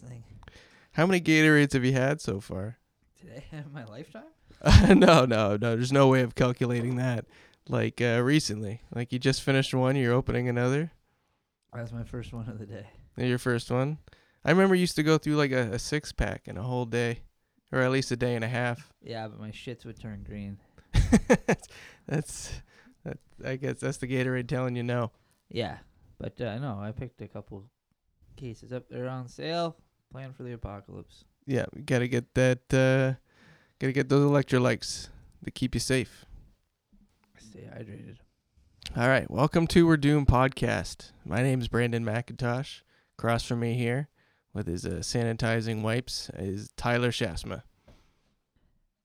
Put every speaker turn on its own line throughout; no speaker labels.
thing
How many Gatorades have you had so far?
today in my lifetime.
no, no, no. There's no way of calculating that. Like uh, recently, like you just finished one, you're opening another.
That was my first one of the day.
Your first one. I remember you used to go through like a, a six pack in a whole day, or at least a day and a half.
Yeah, but my shits would turn green.
that's, that, I guess that's the Gatorade telling you no.
Yeah, but uh, no, I picked a couple cases up. They're on sale. Plan for the apocalypse.
Yeah, we gotta get that. Uh, gotta get those electrolytes to keep you safe.
Stay hydrated.
All right, welcome to We're Doom podcast. My name's Brandon McIntosh. Across from me here, with his uh, sanitizing wipes, is Tyler Shasma.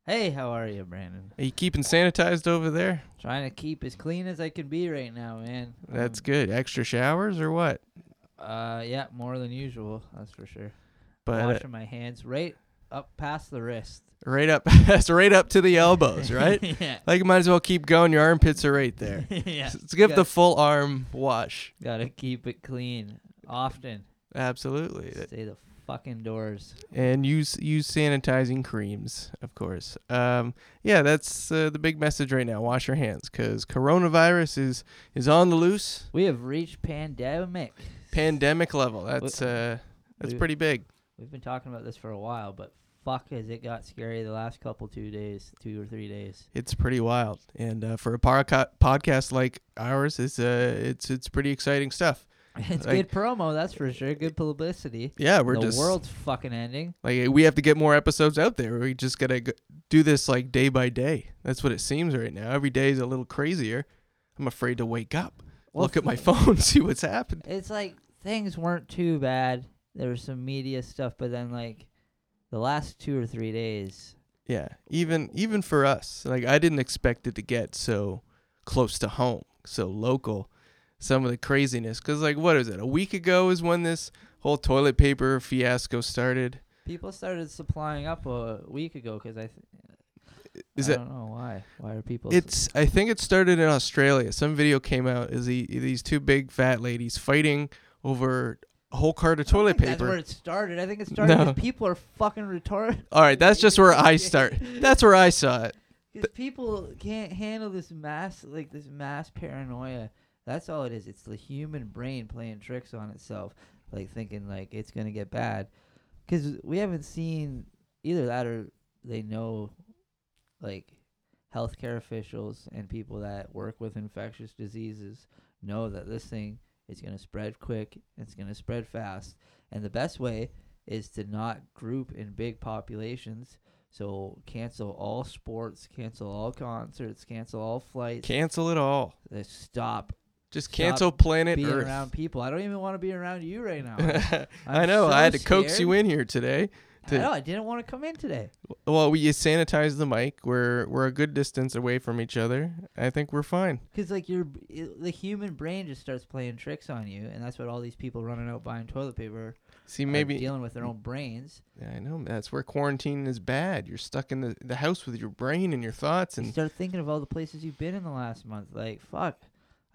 Hey, how are you, Brandon?
Are you keeping sanitized over there?
Trying to keep as clean as I can be right now, man.
That's
Um,
good. Extra showers or what?
Uh, yeah, more than usual. That's for sure.
But uh,
Washing my hands right up past the wrist.
right up, that's right up to the elbows, right?
yeah.
like you might as well keep going. Your armpits are right there.
yeah.
Let's give
Got-
the full arm wash.
Gotta keep it clean often.
Absolutely.
Stay the fucking doors.
and use use sanitizing creams, of course. Um, yeah, that's uh, the big message right now. Wash your hands, cause coronavirus is is on the loose,
We have reached pandemic.
pandemic level. That's uh, that's
We-
pretty big.
We've been talking about this for a while, but fuck, has it got scary the last couple two days, two or three days.
It's pretty wild, and uh, for a podca- podcast like ours, it's uh, it's it's pretty exciting stuff.
It's
Like-
good promo, that's for sure. Good publicity.
Yeah, we're
the
just
world's fucking ending.
like we have to get more episodes out there. We just gotta g- do this like day by day. That's what it seems right now. Every day is a little crazier. I'm afraid to wake up,
Well,
look at my phone, see what's happened.
It's like things weren't too bad. There was some media stuff, but then like the last two or three days,
Yeah, even even for us, like I didn't expect it to get so close to home, so local. Some of the craziness, because like what is it? A week ago is when this whole toilet paper fiasco started.
people started supplying up a week ago because I. Th-
Is
I
it?
don't know why. Why are people? s-
It's. I think it started in Australia. Some video came out is the, these two big fat ladies fighting over a whole cart
I
of
don't
toilet
think That's where
paper.
it started. I think it started
No.
because people are fucking retarded.
All right, that's just where I start. That's where I saw it.
Because people can't handle this mass, like this mass paranoia. That's all it is. It's the human brain playing tricks on itself, like thinking like it's gonna get bad. Because we haven't seen either that or they know, like, healthcare officials and people that work with infectious diseases know that this thing is gonna spread quick. It's gonna spread fast, and the best way is to not group in big populations so cancel all sports, cancel all concerts, cancel all flights.
Cancel it all.
Uh, Stop
Just
Stop
cancel planet
being
Earth.
around people. I don't even want to be around you right now.
I
I'm
know.
so
I had to coax you
scared.
in here today.
I
to-
know. I didn't want to come in today.
Well, we sanitize the mic. We're we're a good distance away from each other. I think we're fine.
Because like your it, the human brain just starts playing tricks on you, and that's what all these people running out buying toilet paper
See,
are
maybe
dealing with their own brains.
Yeah, I know that's where quarantine is bad. You're stuck in the, the house with your brain and your thoughts,
You
and
start thinking of all the places you've been in the last month. Like fuck,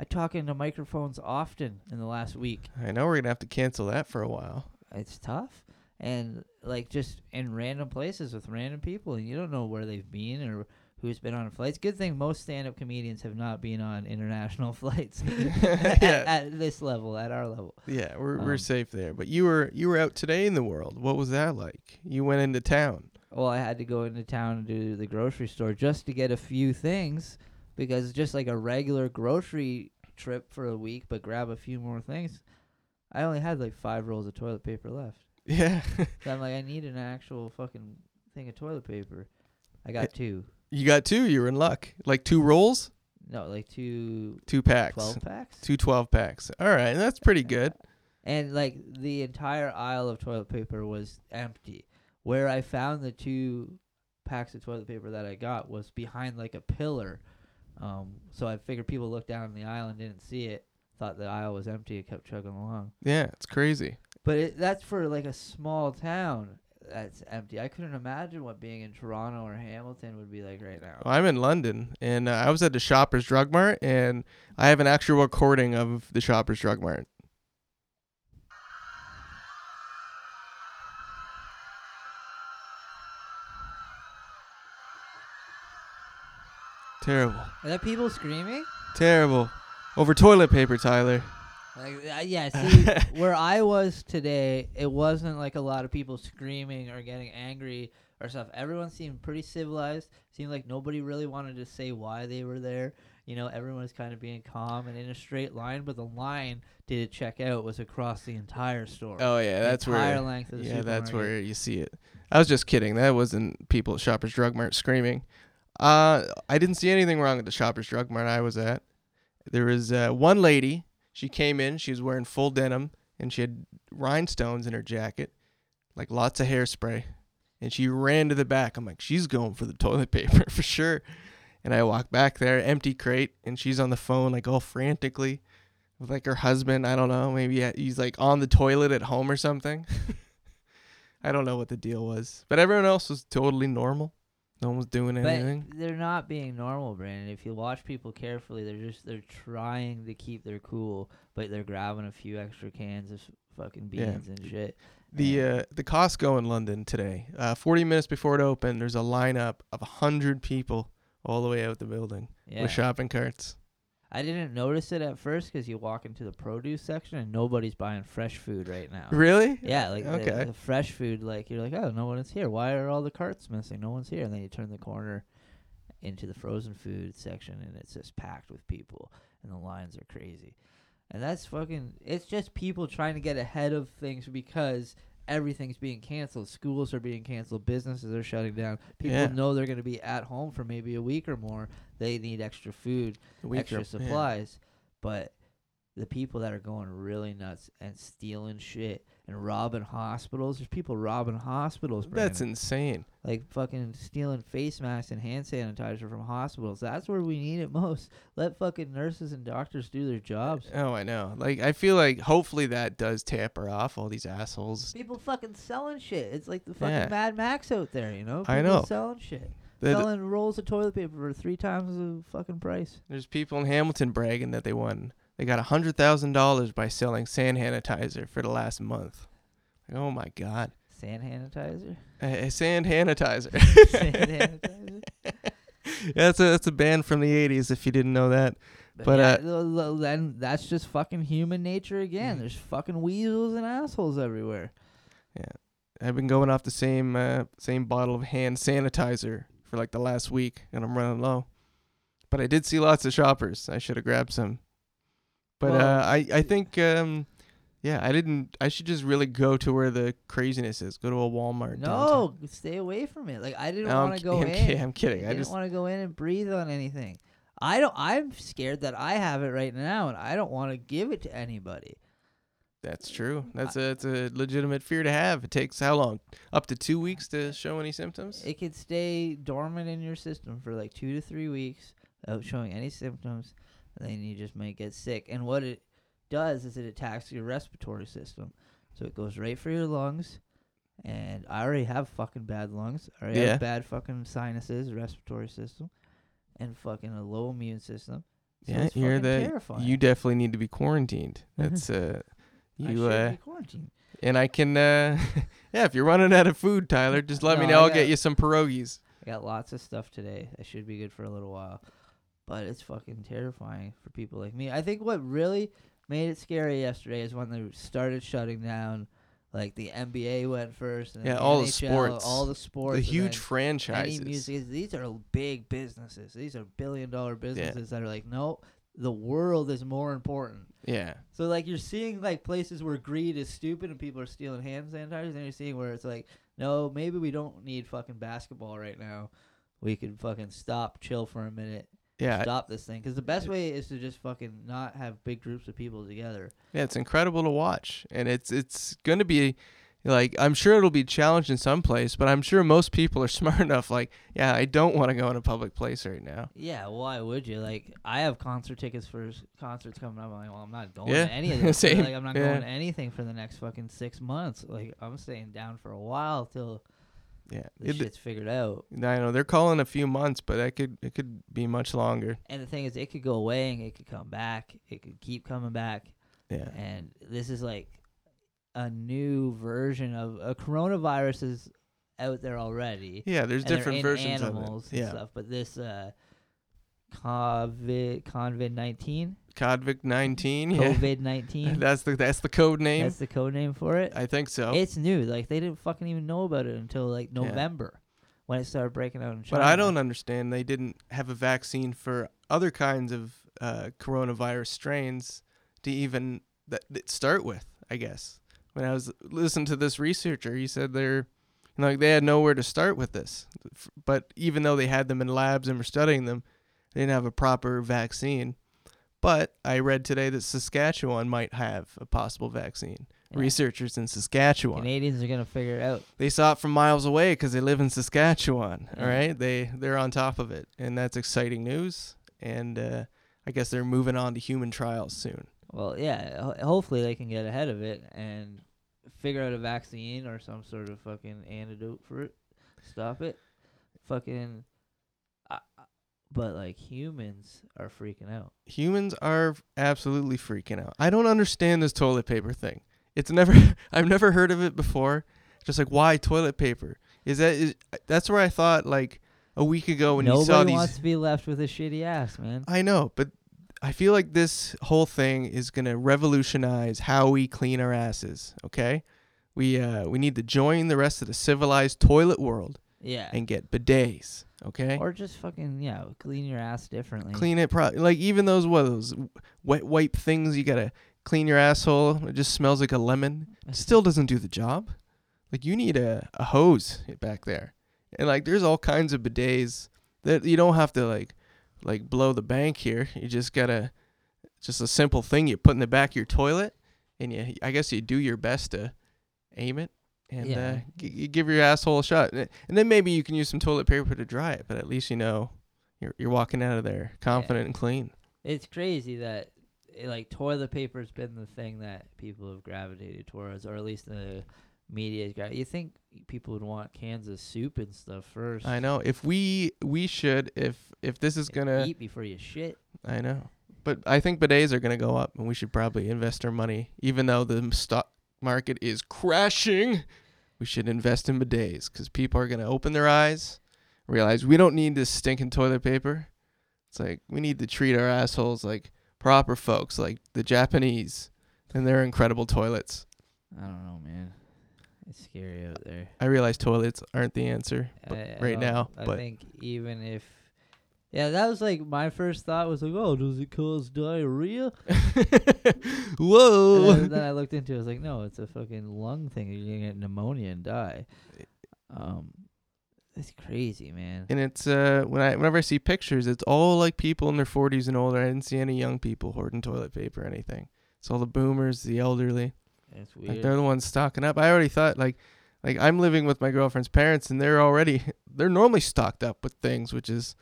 I talk into microphones often in the last week.
I know we're gonna have to cancel that for a while.
it's tough and like just in random places with random people and you don't know where they've been or who's been on flights good thing most stand-up comedians have not been on international flights at,
Yeah.
at this level at our level
Yeah, we're we're
Um,
safe there. But you were you were out today in the world. What was that like? You went into town.
well i had to go into town to the grocery store just to get a few things because just like a regular grocery trip for a week but grab a few more things i only had like five rolls of toilet paper left
Yeah,
so i'm like i need an actual fucking thing of toilet paper i got two
you got two. You were in luck. Like two rolls,
No, like two
two packs,
12 packs.
two twelve packs. All right, that's pretty good.
And like the entire aisle of toilet paper was empty. Where I found the two packs of toilet paper that I got was behind like a pillar. Um, so I figured people looked down the aisle and didn't see it, thought the aisle was empty, and kept chugging along.
Yeah, it's crazy.
But it, that's for like a small town that's empty. I couldn't imagine what being in Toronto or Hamilton would be like right now.
Well, I'm in London, and uh, I was at the Shoppers Drug Mart, and I have an actual recording of the Shoppers Drug Mart. Terrible.
Are that people screaming?
Terrible. Over toilet paper, Tyler.
Like, uh, yeah, see, where I was today, it wasn't like a lot of people screaming or getting angry or stuff. Everyone seemed pretty civilized. Seemed like nobody really wanted to say why they were there. You know, everyone was kind of being calm and in a straight line, but the line to check out was across the entire store.
Oh yeah,
The
that's
entire
where.
length of the
yeah, that's
supermarket.
where you see it. I was just kidding. That wasn't people at Shoppers Drug Mart screaming. Uh, I didn't see anything wrong at the Shoppers Drug Mart I was at. There was uh, one lady. She came in. She was wearing full denim and she had rhinestones in her jacket, like lots of hairspray. And she ran to the back. I'm like, she's going for the toilet paper for sure. And I walk back there, empty crate, and she's on the phone like all frantically with like her husband. I don't know. Maybe he's like on the toilet at home or something. I don't know what the deal was, but everyone else was totally normal. No one was doing anything.
But they're not being normal, Brandon. If you watch people carefully, they're just they're trying to keep their cool, but they're grabbing a few extra cans of s- fucking
Yeah.
beans and shit.
The
and-
uh, the Costco in London today, uh, 40 minutes before it opened, there's a lineup of 100 people all the way out the building
yeah.
with shopping carts.
I didn't notice it at first because you walk into the produce section and nobody's buying fresh food right now.
Really?
Uh, Yeah, like the-
Okay.
the, fresh food. Like you're like, oh, no one's here. Why are all the carts missing? No one's here. And then you turn the corner into the frozen food section, and it's just packed with people, and the lines are crazy. And that's fucking. It's just people trying to get ahead of things because everything's being canceled. Schools are being canceled. Businesses are shutting down. People
Yeah.
know they're going to be at home for maybe a week or more. They need extra food
The week
extra
up- yeah.
supplies, but the people that are going really nuts and stealing shit and robbing hospitals. There's people robbing hospitals.
That's
Brandon.
insane.
like fucking stealing face masks and hand sanitizer from hospitals. That's where we need it most. Let fucking nurses and doctors do their jobs.
Oh, I know. Like I feel like hopefully that does taper off all these assholes.
People fucking selling shit. It's like the fucking
Yeah.
Mad Max out there, you know?
I
People
know.
selling shit.
That-
selling rolls of toilet paper for three times the fucking price.
There's people in Hamilton bragging that they won. They got hundred thousand dollars by selling sand sanitizer for the last month. Like, oh my god,
Sand sanitizer.
a, a sand sanitizer.
Sand sanitizer.
that's a that's a band from the '80s. If you didn't know that, But, uh, Mm.
yeah, l- l- then that's just fucking human nature again. There's fucking weasels and assholes everywhere.
I've been going off the same uh, same bottle of hand sanitizer for like the last week, and I'm running low. But I did see lots of shoppers. I should have grabbed some. But
Well-
uh, I I think um, yeah, I didn't. I should just really go to where the craziness is. Go to a Walmart. downtown.
No, stay away from it. Like I didn't
No, I'm
want to
ki-
go
I'm
in.
kid- I'm kidding. I
didn't
just-
want to go in and breathe on anything. I don't. I'm scared that I have it right now, and I don't want to give it to anybody.
That's true. That's a that's a legitimate fear to have. It takes how long? Up to two weeks to show any symptoms.
It could stay dormant in your system for like two to three weeks without showing any symptoms, and then you just might get sick. And what it does is it attacks your respiratory system. So it goes right for your lungs. And I already have fucking bad lungs. I already
Yeah.
have bad fucking sinuses, respiratory system, and fucking a low immune system. So
yeah,
it's
you're
fucking
the
terrifying.
you definitely need to be quarantined. That's uh,
I
you
should
uh,
be quarantined.
and I can uh, yeah. If you're running out of food, Tyler, just let me
No,
know.
I
I'll
got-
get you some pierogies.
I got lots of stuff today. I should be good for a little while. But it's fucking terrifying for people like me. I think what really made it scary yesterday is when they started shutting down. Like the NBA went first. And then
Yeah, all the
NHL,
sports.
all the sports,
The
and
huge
then
franchises.
any music. These are big businesses. These are billion dollar businesses that are like, no, the world is more important.
Yeah,
So like you're seeing like places where greed is stupid and people are stealing hand sanitizers, and you're seeing where it's like, no, maybe we don't need fucking basketball right now. We could fucking stop, chill for a minute,
yeah,
stop this thing. Because the best way is to just fucking not have big groups of people together.
yeah. It's incredible to watch, and it's it's going to be like I'm sure it'll be challenged in some place, but I'm sure most people are smart enough. Like, yeah, I don't want to go in a public place right now.
Yeah, why would you? Like, I have concert tickets for s- concerts coming up. I'm like, well, I'm not going
Yeah,
to any of this.
same,
Like, I'm not
yeah.
going to anything for the next fucking six months. Like, I'm staying down for a while till
Yeah,
this
It-
shit's figured out.
I know they're calling a few months, but that could it could be much longer.
And the thing is, it could go away and it could come back. It could keep coming back.
Yeah,
And this is like a new version of a coronavirus is out there already.
yeah. There's
and they're
different
in
versions
animals
of it.
and
Yeah,
stuff. But this uh, COVID COVID nineteen.
Convict 19. Yeah.
COVID nineteen.
That's the that's the code name.
That's the code name for it.
I think so.
It's new. Like they didn't fucking even know about it until like
Yeah.
November when it started breaking out in China.
But I don't understand. They didn't have a vaccine for other kinds of uh, coronavirus strains to even that, that start with. I guess when I was listening to this researcher, he said they're like they had nowhere to start with this. F- But even though they had them in labs and were studying them, they didn't have a proper vaccine. But I read today that Saskatchewan might have a possible vaccine.
Yeah.
Researchers in Saskatchewan
Canadians are gonna figure it out.
they saw it from miles away because they live in Saskatchewan. All
Yeah.
right, they they're on top of it, and that's exciting news. And uh, I guess they're moving on to human trials soon.
Well, yeah. Ho- hopefully they can get ahead of it and figure out a vaccine or some sort of fucking antidote for it. Stop it. Fucking. I I- but like humans are freaking out.
Humans are absolutely freaking out. I don't understand this toilet paper thing. It's never I've never heard of it before. Just like why toilet paper? Is that is that's where I thought like a week ago Oh, when you saw
Nobody
these.
wants to be left with a shitty ass, man.
I know, but I feel like this whole thing is gonna revolutionize how we clean our asses. Okay, we uh, we need to join the rest of the civilized toilet world
Yeah.
and get bidets. Okay,
Or just fucking yeah, clean your ass differently.
eh? clean it pro like even those what are those wet wipe things you gotta clean your asshole. It just smells like a lemon. It still doesn't do the job. Like you need a a hose back there, and like there's all kinds of bidets that you don't have to like like blow the bank here. You just gotta just a simple thing you put in the back of your toilet, and you I guess you do your best to aim it. And uh,
Yeah.
g- you give your asshole a shot, and and then maybe you can use some toilet paper to dry it. But at least you know you're you're walking out of there confident and clean.
It's crazy that eh, like toilet paper's been the thing that people have gravitated towards, or at least the media. Gra- you think people would want cans of soup and stuff first?
I know. If we we should if if this is
Eh,
gonna
eat before you shit.
I know. But I think bidets are gonna go up, and we should probably invest our money, even though the stock market is crashing. We should invest in bidets because people are gonna open their eyes, realize we don't need this stinking toilet paper. It's like we need to treat our assholes like proper folks, like the Japanese and their incredible toilets.
I don't know, man. It's scary out there.
I realize toilets aren't the answer, but
I- I
right
don't-
now,
I
but
think even if. Yeah, that was like my first thought was like, oh, does it cause diarrhea? And
whoa.
then- then I looked into it. I was like, no, it's a fucking lung thing. You're gonna get pneumonia and die.
Eh.
Um, it's crazy, man.
and it's uh when I whenever I see pictures, it's all like people in their forties and older. I didn't see any young people hoarding toilet paper or anything. It's all the boomers, the elderly.
It's
Like
weird.
they're the ones stocking up. I already thought like like I'm living with my girlfriend's parents and they're already they're normally stocked up with things, which is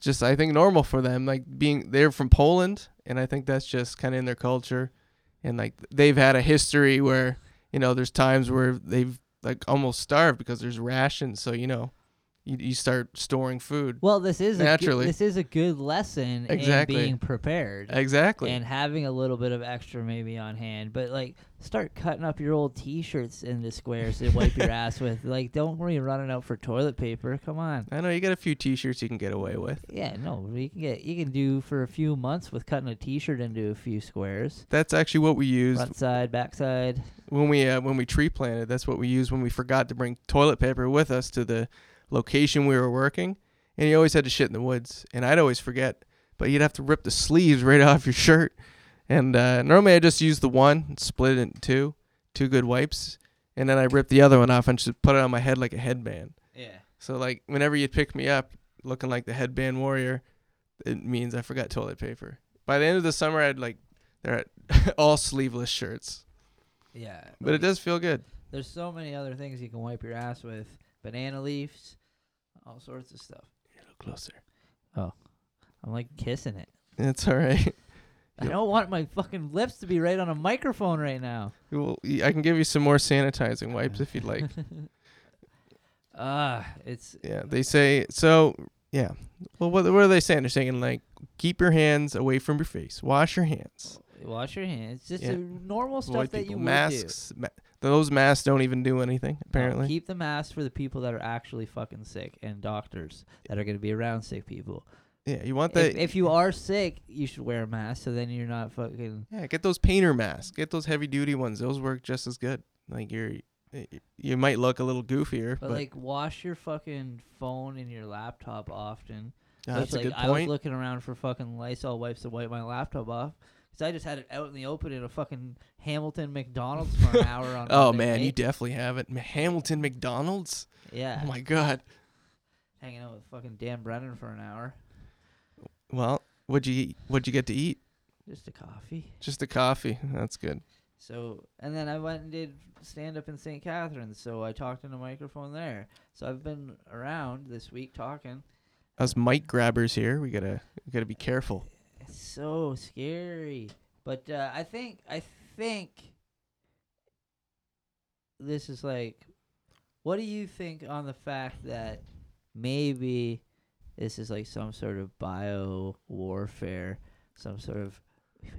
just I think normal for them. Like being they're from Poland and I think that's just kinda in their culture. And like they've had a history where, you know, there's times where they've like almost starved because there's rations, so you know, you, you start storing food.
Well, this is
Naturally.
A good, this is a good lesson
Exactly.
in being prepared
Exactly.
and having a little bit of extra maybe on hand. But like, start cutting up your old T-shirts into squares to wipe your ass with. Like, don't worry running out for toilet paper. Come on.
I know you got a few T-shirts you can get away with.
Yeah, no, you can get you can do for a few months with cutting a T-shirt into a few squares,
That's actually what we used
front side, back side.
when we uh, when we tree planted. That's what we used when we forgot to bring toilet paper with us to the location we were working. And you always had to shit in the woods, and I'd always forget. But you'd have to rip the sleeves right off your shirt. And uh, normally I just use the one, and split it in two, two good wipes, and then I rip the other one off and just put it on my head like a headband.
Yeah.
So like whenever you pick me up looking like the headband warrior, it means I forgot toilet paper. By the end of the summer, I'd like they're all sleeveless shirts,
Yeah.
but it does feel good.
There's so many other things you can wipe your ass with. Banana leaves, all sorts of stuff. Oh,
A little closer.
I'm like kissing it.
It's all right.
I
Yep.
don't want my fucking lips to be right on a microphone right now.
Well, y- I can give you some more sanitizing wipes if you'd like.
Ah, it's
Yeah, they say so. Yeah. Well, what what are they saying? They're saying like keep your hands away from your face, wash your hands,
wash your hands. It's just
Yeah.
the normal stuff
avoid
that
people,
you would do. Oh,
masks. Ma- those masks don't even do anything
No,
apparently.
keep the mask for the people that are actually fucking sick and doctors that are going to be around sick people.
Yeah, you want that.
If, if you are sick, you should wear a mask so then you're not fucking.
yeah, get those painter masks. Get those heavy duty ones. Those work just as good. Like you're, y- you might look a little goofier,
But,
but,
like, wash your fucking phone and your laptop often. Which,
Yeah, ah, that's a
like,
good
I was
point.
looking around for fucking Lysol wipes to wipe my laptop off. Cause I just had it out in the open in a fucking Hamilton McDonald's for an hour on.
oh
Monday
man, you
night.
definitely have it. Ma- Hamilton McDonald's.
yeah,
Oh my god.
hanging out with fucking Dan Brennan for an hour,
Well, what'd you eat? what'd you get to eat?
just a coffee.
Just a coffee. That's good.
So, and then I went and did stand up in St. Catharines. So I talked in a microphone there. So I've been around this week talking.
Us mic grabbers here. We gotta we gotta be careful.
It's so scary. But uh, I think I think this is like, what do you think on the fact that maybe this is like some sort of bio warfare, some sort of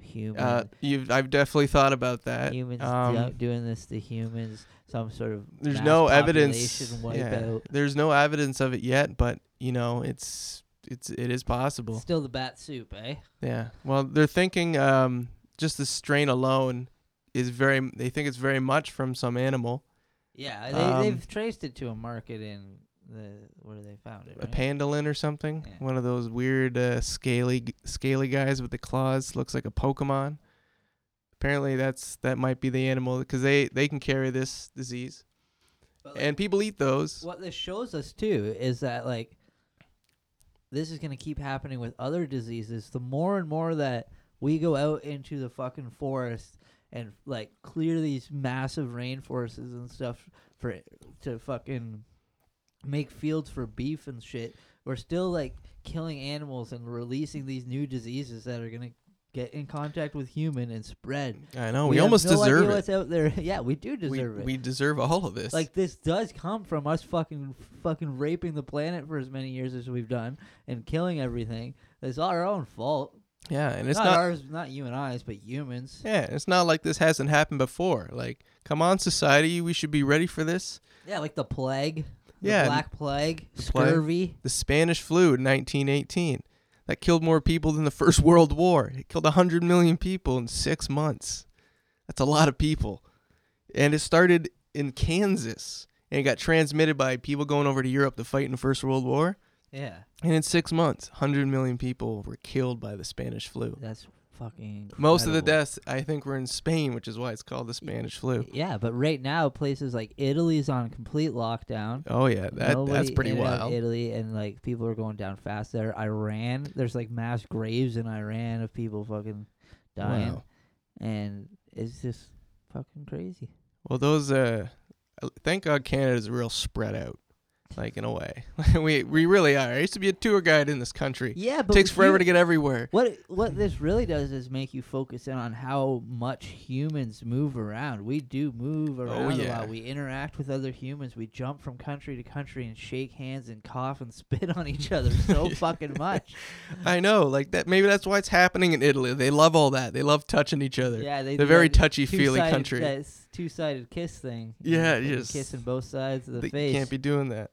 human
Uh, you've I've definitely thought about that.
humans
um,
do- doing this to humans, some sort of
there's
mass
no evidence.
population
Yeah,
wipeout.
there's no evidence of it yet, but you know it's it's it is possible.
Still the bat soup, eh?
Yeah. Well, they're thinking um, just the strain alone is very. They think it's very much from some animal,
Yeah, they,
Um,
they've traced it to a market in the where they found it.
a
Right?
pangolin or something.
Yeah.
One of those weird uh, scaly g- scaly guys with the claws. Looks like a Pokemon. Apparently, that's that might be the animal because they they can carry this disease,
But, like,
and people eat those.
what this shows us too is that like this is going to keep happening with other diseases the more and more that we go out into the fucking forest and like clear these massive rainforests and stuff for to fucking make fields for beef and shit we're still like killing animals and releasing these new diseases that are going to get in contact with human and spread
I know. We,
have
almost
no idea
deserve it.
what's out there yeah we do
We,
deserve it
we deserve all of this.
like this does come from us fucking fucking raping the planet for as many years as we've done and killing everything. It's our own fault.
yeah, and it's
not,
not
ours, not you and I's, but humans.
Yeah, it's not like this hasn't happened before. Like, come on, society, we should be ready for this.
Yeah, like the plague, the
Yeah,
black plague,
plague.
scurvy.
The Spanish flu in 1918 that killed more people than the First World War. It killed 100 million people in six months. That's a lot of people, and it started in Kansas and it got transmitted by people going over to Europe to fight in the First World War.
Yeah,
And in six months, 100 million people were killed by the Spanish flu.
that's fucking.
Most of the
incredible.
deaths, I think, were in Spain, which is why it's called the Spanish flu.
Yeah, but right now places like Italy's on complete lockdown.
Oh yeah, that that's
Nobody
pretty
in and out of
wild.
Italy and like people are going down fast there. Iran, there's like mass graves in Iran of people fucking dying.
Wow.
and it's just fucking crazy.
Well, those uh, thank God Canada's real spread out, like in a way. we we really are. I used to be a tour guide in this country.
Yeah,
it
but
takes
if
forever
you-
to get everywhere.
What what this really does is make you focus in on how much humans move around. We do move around
Oh,
a
yeah.
lot. We interact with other humans. We jump from country to country and shake hands and cough and spit on each other so fucking much.
I know, like that. Maybe that's why it's happening in Italy. They love all that. They love touching each other.
Yeah, they
They're
do
very
that
touchy-feely
two-sided-
country.
That two-sided kiss thing.
Yeah,
fucking
yes.
kissing both sides of the
They-
face.
You can't be doing that.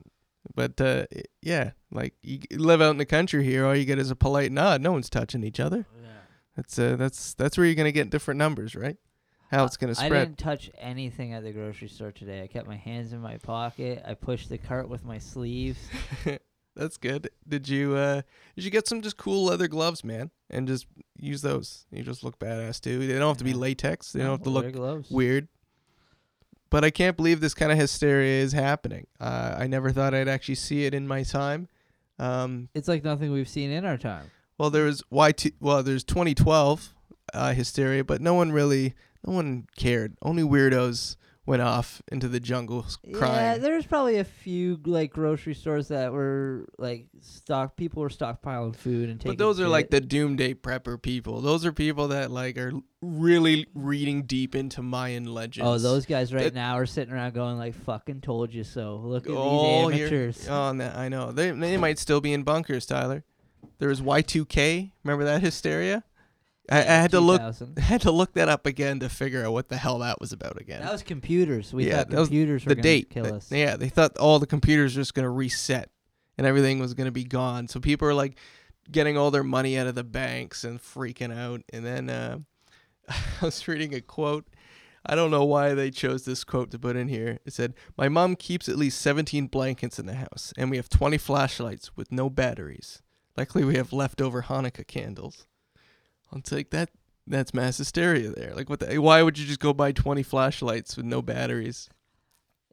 But uh, i- yeah, like you g- live out in the country here, all you get is a polite nod. No one's touching each other.
Yeah.
That's uh, that's that's where you're gonna get different numbers, right? How it's gonna
I
spread.
didn't touch anything at the grocery store today. I kept my hands in my pocket. I pushed the cart with my sleeves.
That's good. Did you uh did you get some just cool leather gloves, man? And just use those. You just look badass too. They don't have to be
Yeah.
latex. They
No,
don't have to
wear
look
gloves.
weird. But I can't believe this kind of hysteria is happening. Uh, I never thought I'd actually see it in my time. Um,
It's like nothing we've seen in our time.
well, there was YT. Well, there's 2012 uh, hysteria, but no one really, no one cared. Only weirdos went off into the jungle s-
Yeah,
crying.
there's probably a few like grocery stores that were like stock. People were stockpiling food and taking.
But those are like
shit.
the doomsday prepper people. Those are people that like are really reading deep into Mayan legends.
Oh, those guys right
that-
now are sitting around going like, "Fucking told you so." Look at
Oh,
these
you're-
amateurs.
Oh, no, I know. They they might still be in bunkers, Tyler. There was Y2K. Remember that hysteria? I, I had to look.
2000.
I had to look that up again to figure out what the hell that was about again.
That was computers. We
Yeah,
thought
that was
computers were
the
gonna
date.
kill
Th-
us.
Yeah, they thought all the computers were just gonna reset and everything was gonna be gone. So people are like getting all their money out of the banks and freaking out. And then uh, I was reading a quote. I don't know why they chose this quote to put in here. It said, "My mom keeps at least 17 blankets in the house, and we have 20 flashlights with no batteries. Luckily, we have leftover Hanukkah candles." I'll take that. That's mass hysteria there. Like, what? The, why would you just go buy 20 flashlights with no batteries?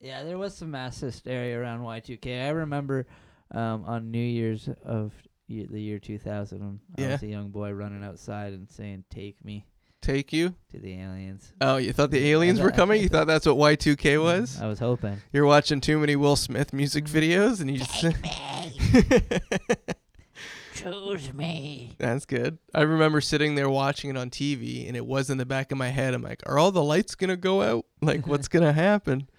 Yeah, there was some mass hysteria around Y2K. I remember um, on New Year's of y- the year 2000, I
Yeah.
was a young boy running outside and saying, "Take me
Take you?
to the aliens."
Oh, you thought the aliens were coming? You thought that's what Y2K was?
I was hoping.
You're watching too many Will Smith music
Mm-hmm.
videos, and you just
Choose me.
that's good. I remember sitting there watching it on TV, and it was in the back of my head. I'm like, are all the lights gonna go out? Like, what's gonna happen?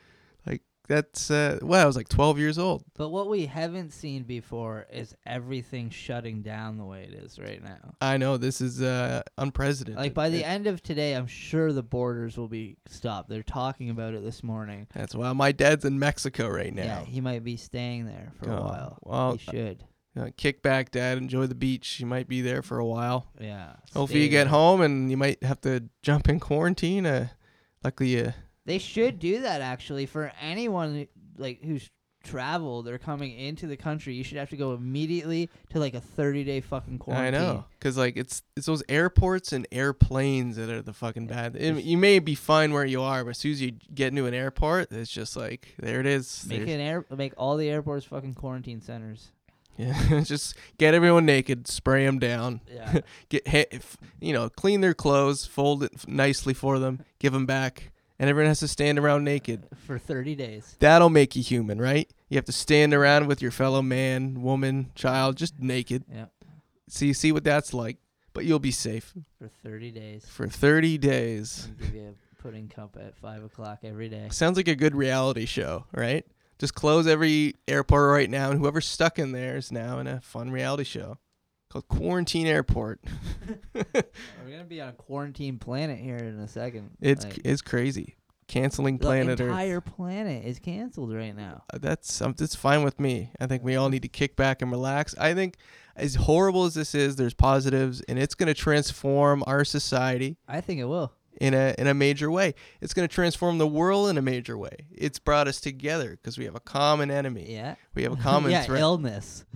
Like that's uh, well, I was like 12 years old.
But what we haven't seen before is everything shutting down the way it is right now.
I know this is uh, unprecedented.
Like by the
It-
end of today, I'm sure the borders will be stopped. They're talking about it this morning.
that's why my dad's in Mexico right
Yeah,
now.
he might be staying there for a
Oh,
while.
well,
he should.
Uh, kick back, dad. Enjoy the beach. You might be there for a while.
Yeah.
Hopefully,
stay
you get
there.
home, and you might have to jump in quarantine. Uh, luckily, uh,
They should do that actually for anyone like who's traveled or coming into the country. You should have to go immediately to like a 30 day fucking quarantine.
I know, because like it's it's those airports and airplanes that are the fucking
Yeah,
bad.
it's-
It, you may be fine where you are, but as soon as you get into an airport, it's just like there it is.
Make
There's-
an air, make all the airports fucking quarantine centers.
Yeah, just get everyone naked, spray them down,
Yeah.
get hit, if, you know, clean their clothes, fold it f- nicely for them, give them back, and everyone has to stand around naked.
for 30 days.
That'll make you human, right? You have to stand around with your fellow man, woman, child, just naked.
Yeah.
So you see what that's like, but you'll be safe
For 30 days.
for 30 days.
And give you a pudding cup at 5 o'clock every day.
Sounds like a good reality show, right? Just close every airport right now, and whoever's stuck in there is now in a fun reality show called Quarantine Airport.
We're going to be on a quarantine planet here in a second.
It's
Like,
it's crazy. Canceling
the
planet
entire
Earth.
planet is canceled right now.
Uh, That's um, that's fine with me. I think we all need to kick back and relax. I think as horrible as this is, there's positives, and it's going to transform our society.
I think it will.
in a in a major way. It's going to transform the world in a major way. It's brought us together because we have a common enemy.
Yeah.
We have a common
yeah,
threat.
illness.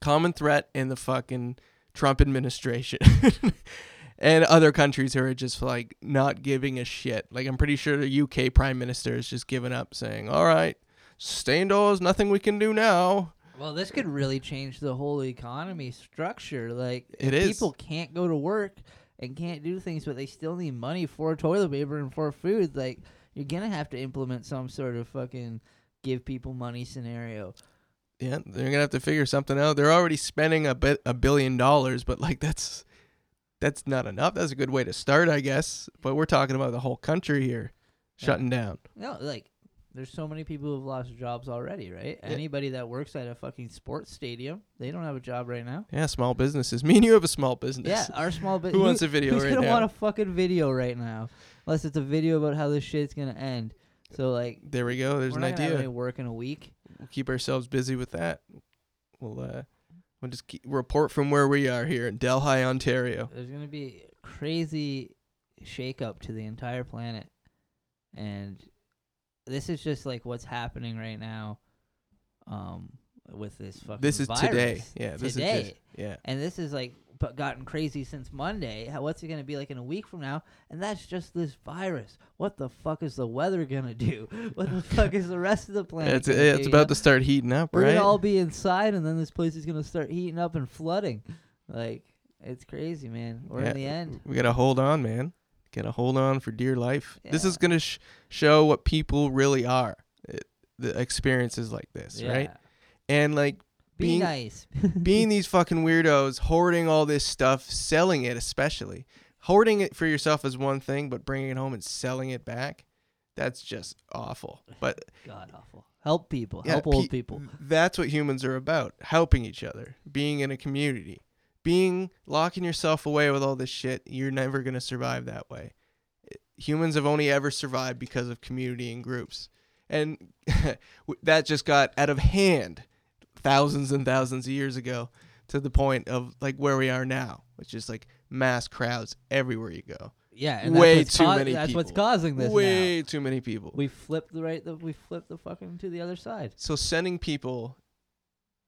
common threat in the fucking Trump administration. And other countries who are just like not giving a shit. Like I'm pretty sure the UK prime minister is just giving up, saying, "All right, stay indoors. Nothing we can do now."
Well, this could really change the whole economy structure. Like,
It
if
is.
people can't go to work and can't do things, but they still need money for toilet paper and for food. Like, you're gonna have to implement some sort of fucking give people money scenario.
Yeah, they're gonna have to figure something out. They're already spending a bit a billion dollars, but like that's that's not enough. That's a good way to start, I guess. But we're talking about the whole country here
Yeah.
shutting down.
No, like, there's so many people who've lost jobs already, right?
Yeah.
Anybody that works at a fucking sports stadium, they don't have a job right now.
Yeah, small businesses. Me and you have a small business.
Yeah, our small business.
Who wants a video
Who's
right
gonna
now?
want a fucking video right now? Unless it's a video about how this shit's gonna end. So like,
There we go. There's
we're
an
not gonna have
idea.
any work in a week.
We'll keep ourselves busy with that. We'll uh we'll just keep, report from where we are here in Delhi, Ontario.
There's gonna be crazy shake up to the entire planet, and this is just like what's happening right now. Um, with this fucking
This is today.
virus.
Yeah, this
today.
is just, yeah.
and this is like but gotten crazy since Monday. How, what's it going to be like in a week from now? And that's just this virus. What the fuck is the weather going to do? What the fuck is the rest of the planet?
It's
gonna
yeah, it's
do, you
about
know?
to start heating up,
We're
right?
gonna all be inside, and then this place is going to start heating up and flooding. Like it's crazy, man. We're
Yeah.
in the end.
We gotta hold on, man. Gotta hold on for dear life. This
Yeah.
is gonna sh- show what people really are. It, the experiences like this, right?
Yeah.
And like
Be
Being-
nice.
being these fucking weirdos, hoarding all this stuff, selling it, especially hoarding it for yourself is one thing, but bringing it home and selling it back, that's just awful. But
God awful. Help people.
yeah,
Help old
pe-
people.
That's what humans are about: helping each other, being in a community, being locking yourself away with all this shit. You're never gonna survive that way. It- Humans have only ever survived because of community and groups, and w- that just got out of hand thousands and thousands of years ago to the point of like where we are now, which is like mass crowds everywhere you go.
Yeah,
Way
what's
too many
That's what's
people.
causing this. now.
Way too many people.
We flipped the right. The, we flipped the fucking to the other side.
so sending people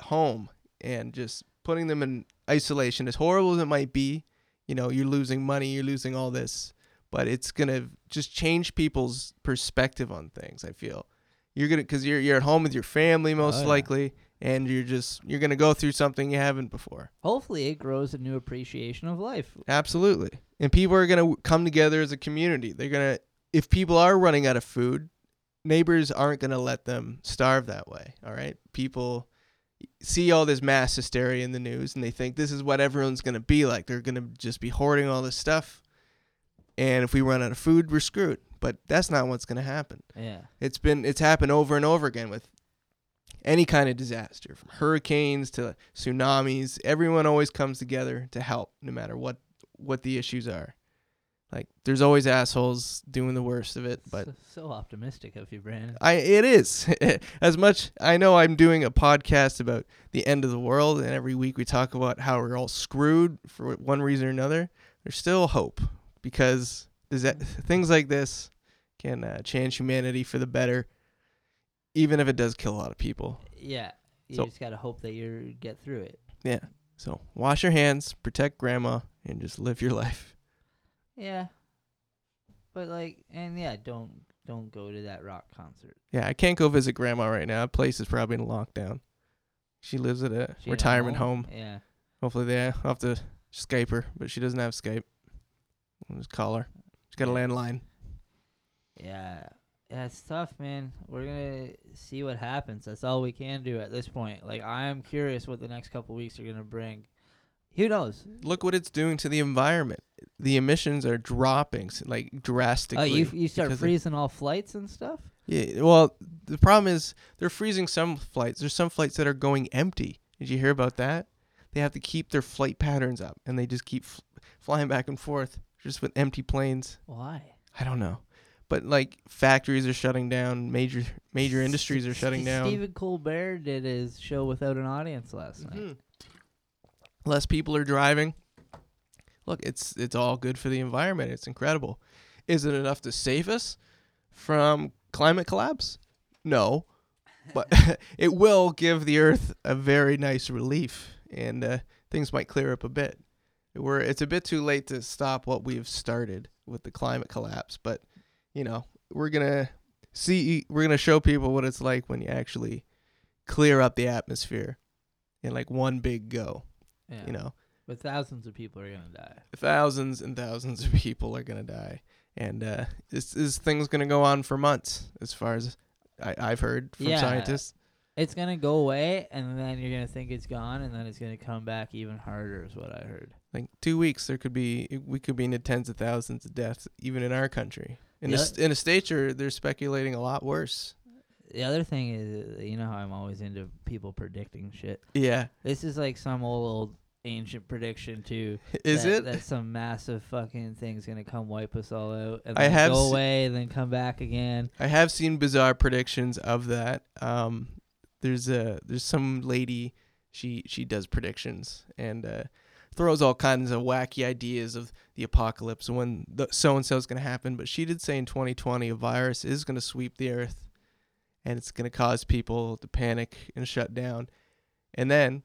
home and just putting them in isolation, as horrible as it might be, you know, you're losing money, you're losing all this, but it's gonna just change people's perspective on things. I feel you're gonna because you're you're at home with your family most
Oh, yeah.
likely, and you're just you're gonna go through something you haven't before.
Hopefully, it grows a new appreciation of life.
Absolutely. And people are going to come together as a community. They're going to, if people are running out of food, neighbors aren't going to let them starve that way. All right. People see all this mass hysteria in the news and they think this is what everyone's going to be like. They're going to just be hoarding all this stuff. And if we run out of food, we're screwed. But that's not what's going to happen.
Yeah.
It's been it's happened over and over again with any kind of disaster, from hurricanes to tsunamis. Everyone always comes together to help, no matter what what the issues are. Like there's always assholes doing the worst of it, but
so, so optimistic of you, Brandon.
I it is as much. I know I'm doing a podcast about the end of the world, and every week we talk about how we're all screwed for one reason or another. There's still hope because does that, things like this can uh, change humanity for the better, even if it does kill a lot of people.
Yeah. You
So-
just gotta hope that you get through it.
Yeah. So wash your hands, protect grandma, and just live your life.
Yeah. But like, and yeah, don't don't go to that rock concert.
Yeah, I can't go visit grandma right now. That place is probably in lockdown. She lives at a
She at
retirement home.
Yeah.
Hopefully they I'll have to Skype her, but she doesn't have Skype. I'll just call her. She's got a landline.
Yeah. Yeah, it's tough, man. We're gonna see what happens. That's all we can do at this point. Like, I'm curious what the next couple weeks are gonna bring. Who knows?
Look what it's doing to the environment. The emissions are dropping s- like drastically.
Oh, you you start
because of-
freezing all flights and stuff.
yeah, well, the problem is they're freezing some flights. There's some flights that are going empty. Did you hear about that? They have to keep their flight patterns up, and they just keep f- flying back and forth just with empty planes.
Why?
I don't know, but like factories are shutting down. Major major industries are shutting down.
Stephen Colbert did his show without an audience last night.
Mhm. Less people are driving. Look, it's it's all good for the environment. It's incredible. Is it enough to save us from climate collapse? No, but it will give the Earth a very nice relief, and uh, things might clear up a bit. We're it's a bit too late to stop what we've started with the climate collapse, but you know we're gonna see we're gonna show people what it's like when you actually clear up the atmosphere in like one big go.
Yeah.
You know,
but thousands of people are gonna die.
thousands and thousands of people are gonna die, and uh, this this thing's gonna go on for months, as far as I, I've heard from
Yeah.
scientists.
It's gonna go away, and then you're gonna think it's gone, and then it's gonna come back even harder, is what I heard.
Like two weeks, there could be we could be into tens of thousands of deaths, even in our country. In a,
Yeah.
st- in a state, you're, they're speculating a lot worse.
The other thing is, uh, you know how I'm always into people predicting shit.
Yeah,
This is like some old, old ancient prediction too.
is
that,
it?
that some massive fucking thing's gonna come wipe us all out and
I
then
have
go
se-
away and then come back again?
I have seen bizarre predictions of that. Um, there's a there's some lady she she does predictions and uh, throws all kinds of wacky ideas of the apocalypse when the so and so is going to happen. But she did say in 2020 a virus is going to sweep the earth, and it's going to cause people to panic and shut down, and then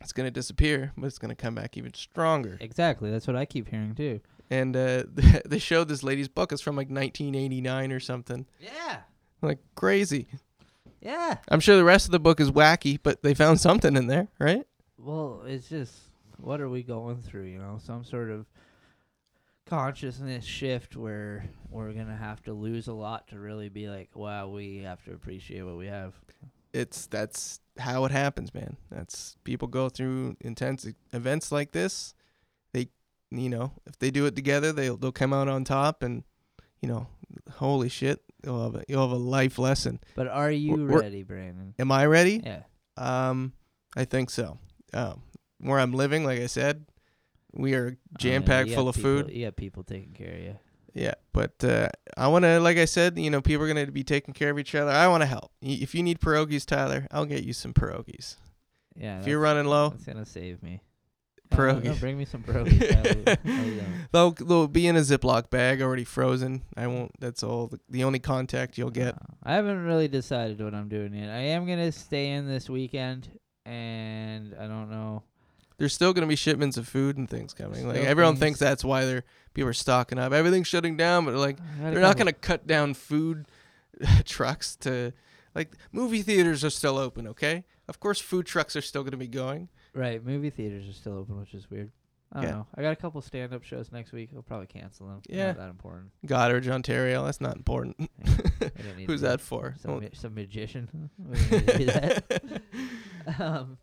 it's going to disappear, but it's going to come back even stronger.
Exactly. That's what I keep hearing too.
And uh, they showed this lady's book. It's from like 1989 or something.
Yeah.
Like crazy.
Yeah.
I'm sure the rest of the book is wacky, but they found something in there, right?
Well, it's just what are we going through, you know? Some sort of consciousness shift where we're going to have to lose a lot to really be like, wow, we have to appreciate what we have.
It's that's how it happens, man. That's people go through intense e- events like this. They, you know, if they do it together, they'll they'll come out on top, and you know, holy shit, you'll have a, you'll have a life lesson.
But are you
We're- we're-
ready, Brandon?
Am I ready?
Yeah.
Um, I think so. Um, where I'm living, like I said, we are jam packed full of food.
You got people taking care of you.
Yeah, but uh, I want to, like I said, you know, people are going to be taking care of each other. I want to help. Y- If you need pierogies, Tyler, I'll get you some pierogies.
Yeah.
if
that's-
you're running low,
That's gonna save me.
Pierogi.
Oh, no, bring me some pierogies. I will- I will.
they'll they'll be in a Ziploc bag already frozen. I won't. That's all. The, the only contact you'll get.
No. Uh, I haven't really decided what I'm doing yet. I am gonna stay in this weekend, and I don't know.
There's still gonna be shipments of food and things coming. like
Still
everyone
things.
thinks that's why they're people are stocking up. Everything's shutting down, but like they're not gonna cut down food trucks to like movie theaters are still open. Okay, of course food trucks are still gonna be going.
Right, movie theaters are still open, which is weird. I don't
Yeah.
know. I got a couple stand-up shows next week. I'll probably cancel them. They're
Yeah.
not that important.
Goddard, Ontario. That's not important.
I don't need to
Who's
do
that for?
Some,
Well,
ma- some magician. We don't need to do that. um,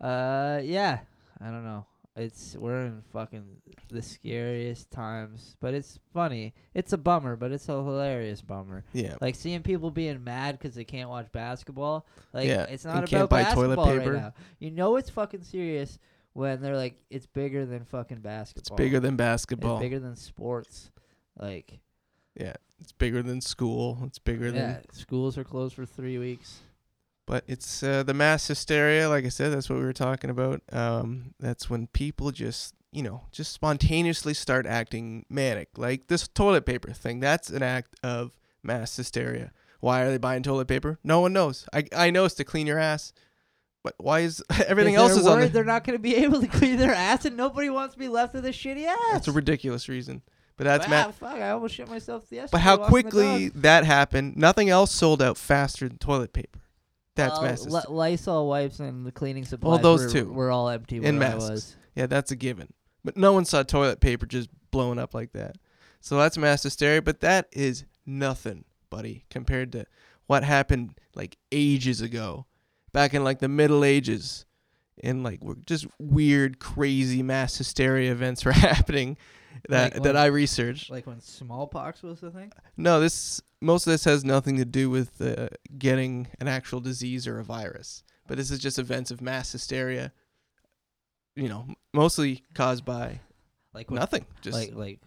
uh, yeah, I don't know. It's we're in fucking the scariest times, but it's funny. It's a bummer, but it's a hilarious bummer.
yeah.
Like seeing people being mad 'cause they can't watch basketball. Like
Yeah,
it's
and
not
can't
about
buy toilet
basketball
paper.
right now. You know it's fucking serious when they're like, it's bigger than fucking
It's
basketball.
bigger than
It's
basketball.
bigger than sports. Like
Yeah, it's bigger than school. It's bigger
yeah,
than.
schools are closed for three weeks.
But it's uh, the mass hysteria. Like I said, that's what we were talking about. Um, that's when people just, you know, just spontaneously start acting manic. Like this toilet paper thing. That's an act of mass hysteria. Why are they buying toilet paper? No one knows. I I know it's to clean your ass, but why is everything
'Cause
else
they're
is on?
worried
The,
they're not going to be able to clean their ass, and nobody wants to be left with a shitty ass.
that's a ridiculous reason. But that's
wow,
ma-
Fuck! I almost shit myself yesterday.
But how
walking the
quickly
dog.
that happened, nothing else sold out faster than toilet paper. That's
Uh,
mass hysteria.
Li- Lysol wipes and the cleaning supplies.
those
were,
two.
were all empty.
And
where I
masks.
was.
Yeah, that's a given. But no one saw toilet paper just blowing up like that. So that's mass hysteria, but that is nothing, buddy, compared to what happened like ages ago, back in like the Middle Ages. And like we're just weird, crazy mass hysteria events were happening that
Like
that
what?
I researched.
Like when smallpox was the thing.
No, this most of this has nothing to do with uh, getting an actual disease or a virus, but this is just events of mass hysteria. You know, m- mostly caused by
Like when,
nothing. Just
like like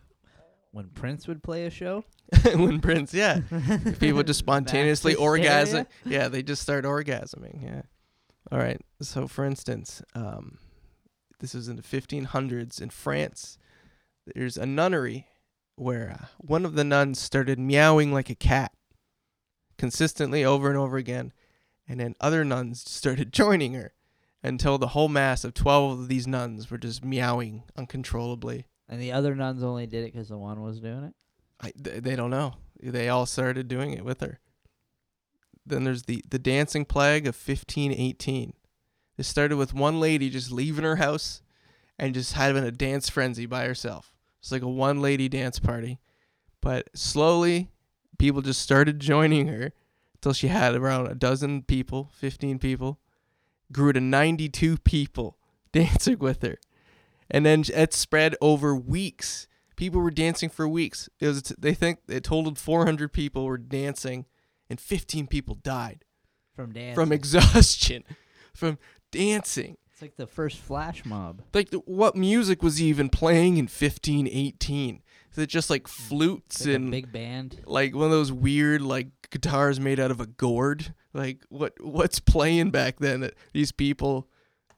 when Prince would play a show.
when Prince, yeah, people just
Mass
spontaneously
hysteria?
orgasm. Yeah, they just start orgasming. Yeah. All right. So, for instance, um, this is in the 1500s in France. There's a nunnery where uh, one of the nuns started meowing like a cat consistently over and over again, and then other nuns started joining her until the whole mass of 12 of these nuns were just meowing uncontrollably.
And the other nuns only did it 'cause the one was doing it.
I, th- they don't know. They all started doing it with her. Then there's the, the dancing plague of 1518. This started with one lady just leaving her house and just having a dance frenzy by herself. It's like a one lady dance party. But slowly, people just started joining her until she had around a dozen people, 15 people, grew to 92 people dancing with her. And then it spread over weeks people were dancing for weeks. It was they think it totaled 400 people were dancing, and 15 people died
From dance.
from exhaustion, from dancing.
it's like the first flash mob.
Like the, what music was even playing in 1518? Is it just like flutes
It's Mm. like a
and
big band.
like one of those weird like guitars made out of a gourd? Like what what's playing back then that these people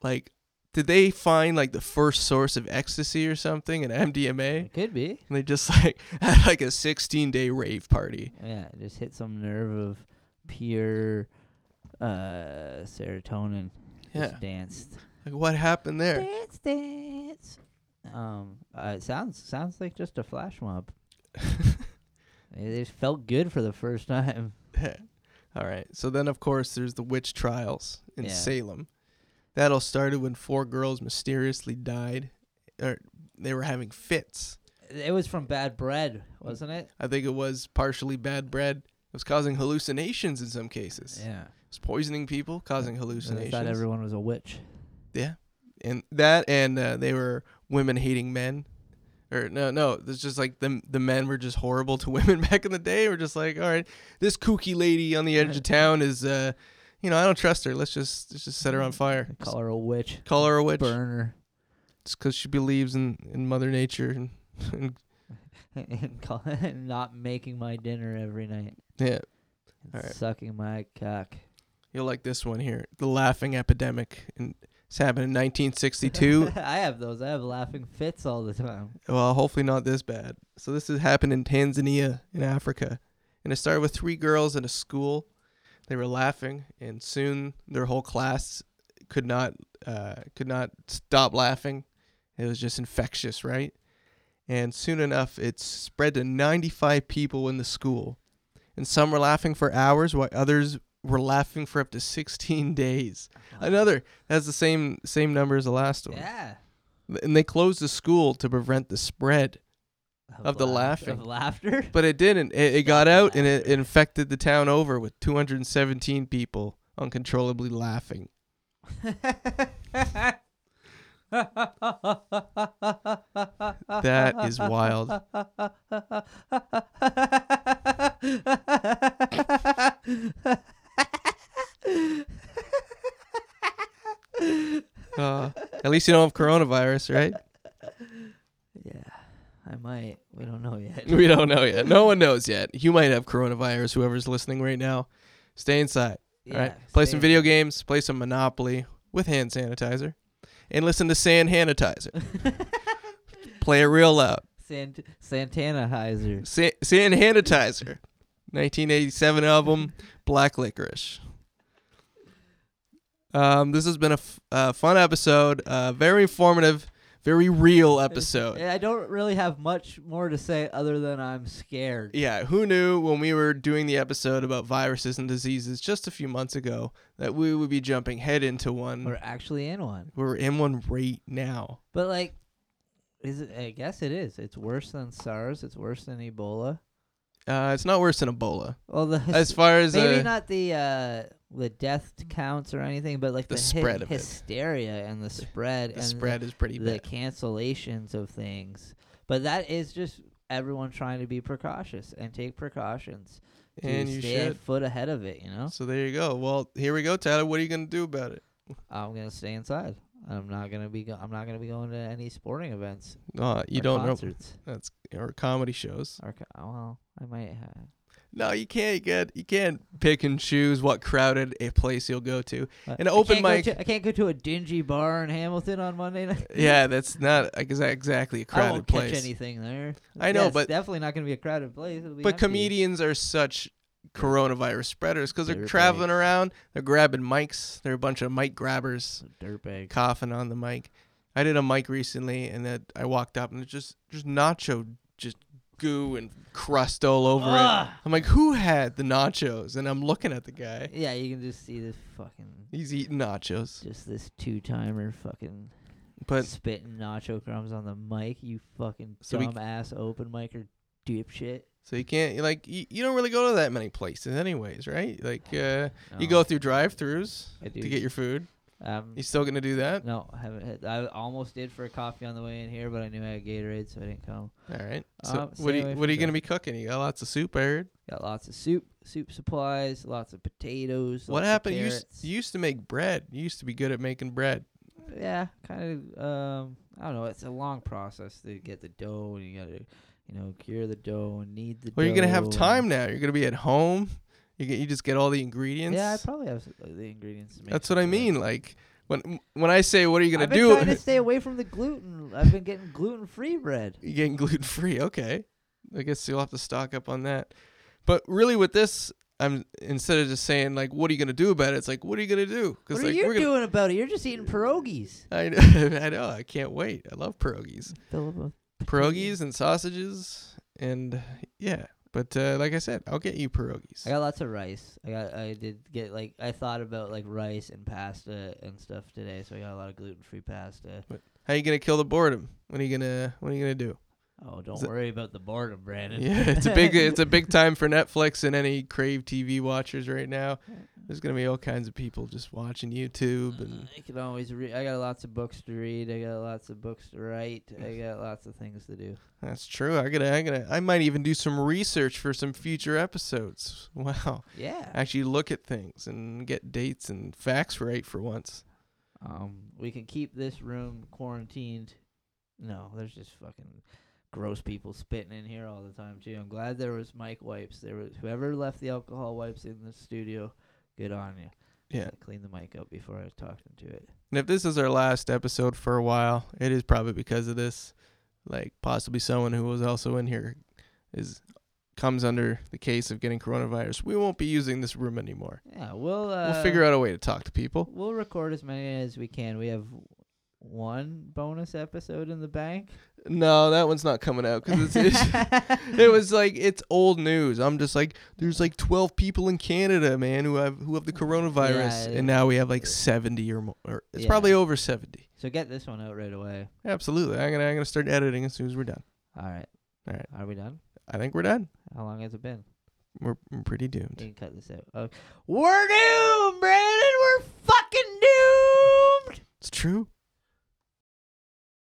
like did they find like the first source of ecstasy or something in MDMA?
It could be.
And they just like had like a 16 day rave party.
Yeah, it just hit some nerve of pure uh serotonin.
Yeah.
Just danced.
Like what happened there?
Dance dance. Um uh, it sounds sounds like just a flash mob. it it felt good for the first time.
All right. So then of course there's the witch trials in
Yeah.
Salem. That all started when four girls mysteriously died or they were having fits.
It was from bad bread, wasn't it?
I think it was partially bad bread. It was causing hallucinations in some cases.
Yeah.
It was poisoning people, causing
I
hallucinations.
thought everyone was a witch.
Yeah, and that and uh, they were women hating men, or no, no, it's just like the the men were just horrible to women back in the day. We're just like, all right, this kooky lady on the edge of town is, uh, you know, I don't trust her. Let's just let's just set her on fire.
Call her a witch.
Just call her a witch,
Burn her.
just because she believes in in Mother Nature and, and
and call not making my dinner every night.
yeah,
and
All right.
Sucking my cock.
You'll like this one here. The laughing epidemic. And it's happened in 1962.
I have those. I have laughing fits all the time.
well, hopefully not this bad. So this has happened in Tanzania in Africa. And it started with three girls in a school. They were laughing and soon their whole class could not uh, could not stop laughing. It was just infectious, right? And soon enough, it spread to 95 people in the school. And some were laughing for hours while others were laughing for up to 16 days. Another that's the same same number as the last one.
Yeah.
And they closed the school to prevent the spread, Of the laughing.
Of laughter.
but it didn't. It, it got out and it, it infected the town over with 217 people uncontrollably laughing.
that
is wild. Uh, Uh, at least you don't have coronavirus, right?
yeah, I might. We don't know yet.
We don't know yet. No one knows yet. You might have coronavirus. Whoever's listening right now, stay inside.
Yeah,
all right, play
same.
some video games. Play some Monopoly with hand sanitizer, and listen to San Sanitizer. play it real loud.
Sant- Santana Heiser.
San, San Sanitizer, 1987 album, Black Licorice. Um, this has been a f- uh, fun episode, uh, very informative, very real episode.
I don't really have much more to say other than I'm scared.
Yeah, who knew when we were doing the episode about viruses and diseases just a few months ago that we would be jumping head into one?
We're actually in one.
We're in one right now.
But like, is it? I guess it is. It's worse than SARS. It's worse than Ebola.
Uh, it's not worse than Ebola.
Well, the
As far as
maybe
uh,
not the uh, the death counts or anything, but like
The
the, hy-
spread of it.
hysteria and the spread
the
and
spread is pretty
the,
bad.
cancellations of things. But that is just everyone trying to be precautious and take precautions to
And you
stay a
should.
foot ahead of it. You know,
So there you go. Well, here we go, Tyler. What are you going to do about it?
I'm gonna stay inside. I'm not gonna be. Go- I'm not gonna be going to any sporting events.
Uh, you
or
don't know.
concerts.
That's or comedy shows.
Or co- well, I might. Have.
No, you can't get you can't pick and choose what crowded a place you'll go to.
What?
An
I
open
can't go
mic-
to- I can't go to a dingy bar in Hamilton on Monday night.
Yeah, that's not exa- exactly a crowded
I won't
place.
catch anything there.
I know,
Yeah, it's
but-
definitely not going to be a crowded place. It'll be
But
empty.
comedians are such coronavirus spreaders because they're
They're
traveling
mics.
around, they're grabbing mics, they're a bunch of mic grabbers,
dirtbag.
coughing on the mic. I did a mic recently, and that I walked up and it's just just nacho just goo and crust all over it.
Ugh.
I'm like, who had the nachos? And I'm looking at the guy.
Yeah, you can just see this fucking,
He's eating nachos,
just this two timer fucking
but
spitting nacho crumbs on the mic. You fucking
So we-
dumb ass open micer dipshit.
So you can't like you, you don't really go to that many places anyways, right? Like uh, you
No,
go through drive-throughs
I
to
do.
get your food.
Um,
You still gonna do that?
no, I haven't. Had, I almost did for a coffee on the way in here, but I knew I had Gatorade, so I didn't come.
All right. So
Um, stay
what are you,
away
what
from
are you
drive-thru.
gonna be cooking? You got lots of soup, I heard.
Got lots of soup, soup supplies, lots of potatoes.
what
lots of
happened? You used,
carrots.
you used to make bread. You used to be good at making bread.
Yeah, kind of. Um, I don't know. It's a long process to get the dough, and you gotta, you know, cure the dough and knead the.
Well, you're gonna have
dough
time
and-
now. You're gonna be at home. You get you just get all the ingredients.
Yeah, I probably have s- uh, the ingredients. To make
That's
some
what I
bread.
mean. Like when when I say what are you gonna
I've been
do?
trying to stay away from the gluten. I've been getting gluten-free bread.
You're getting gluten free. Okay. I guess you'll have to stock up on that. But really, with this, I'm instead of just saying like, "What are you gonna do about it?" It's like, "What are you gonna do?"
What are
like
you
we're gonna.
doing about it? You're just eating pierogies.
I know, I know. I can't wait. I love pierogies,
Fill up a
pierogies and sausages, and yeah. But uh, like I said, I'll get you pierogies.
I got lots of rice. I got. I did get like. I thought about like rice and pasta and stuff today, so I got a lot of gluten-free pasta.
How you gonna kill the boredom? What are you gonna What are you gonna do?
Oh, don't
Is it-
worry about the boredom, Brandon.
Yeah, it's a big it's a big time for Netflix and any crave TV watchers right now. There's gonna be all kinds of people just watching YouTube and
Uh, I can always read. I got lots of books to read. I got lots of books to write. I got lots of things to do.
That's true. I gotta, I gotta, I might even do some research for some future episodes. Wow,
Yeah.
actually look at things and get dates and facts right for once.
Um, we can keep this room quarantined. No, there's just fucking gross people spitting in here all the time too. I'm glad there was mic wipes. There was whoever left the alcohol wipes in the studio. Good on you.
Yeah.
Clean the mic up before I talk into it.
And if this is our last episode for a while, it is probably because of this. Like possibly someone who was also in here is comes under the case of getting coronavirus. We won't be using this room anymore.
Yeah, we'll uh,
we'll figure out a way to talk to people.
We'll record as many as we can. We have one bonus episode in the bank.
No, that one's not coming out because it's, it's it was like it's old news. I'm just like there's like 12 people in Canada, man, who have who have the coronavirus,
Yeah,
and now we have like 70 or more. Or it's
Yeah.
probably over 70.
so get this one out right away.
Absolutely, I'm gonna I'm gonna start editing as soon as we're done.
All right.
All right.
Are we done?
I think we're done.
How long has it been?
We're we're pretty doomed.
You can cut this out. Okay. We're doomed, Brandon. We're fucking doomed.
It's true.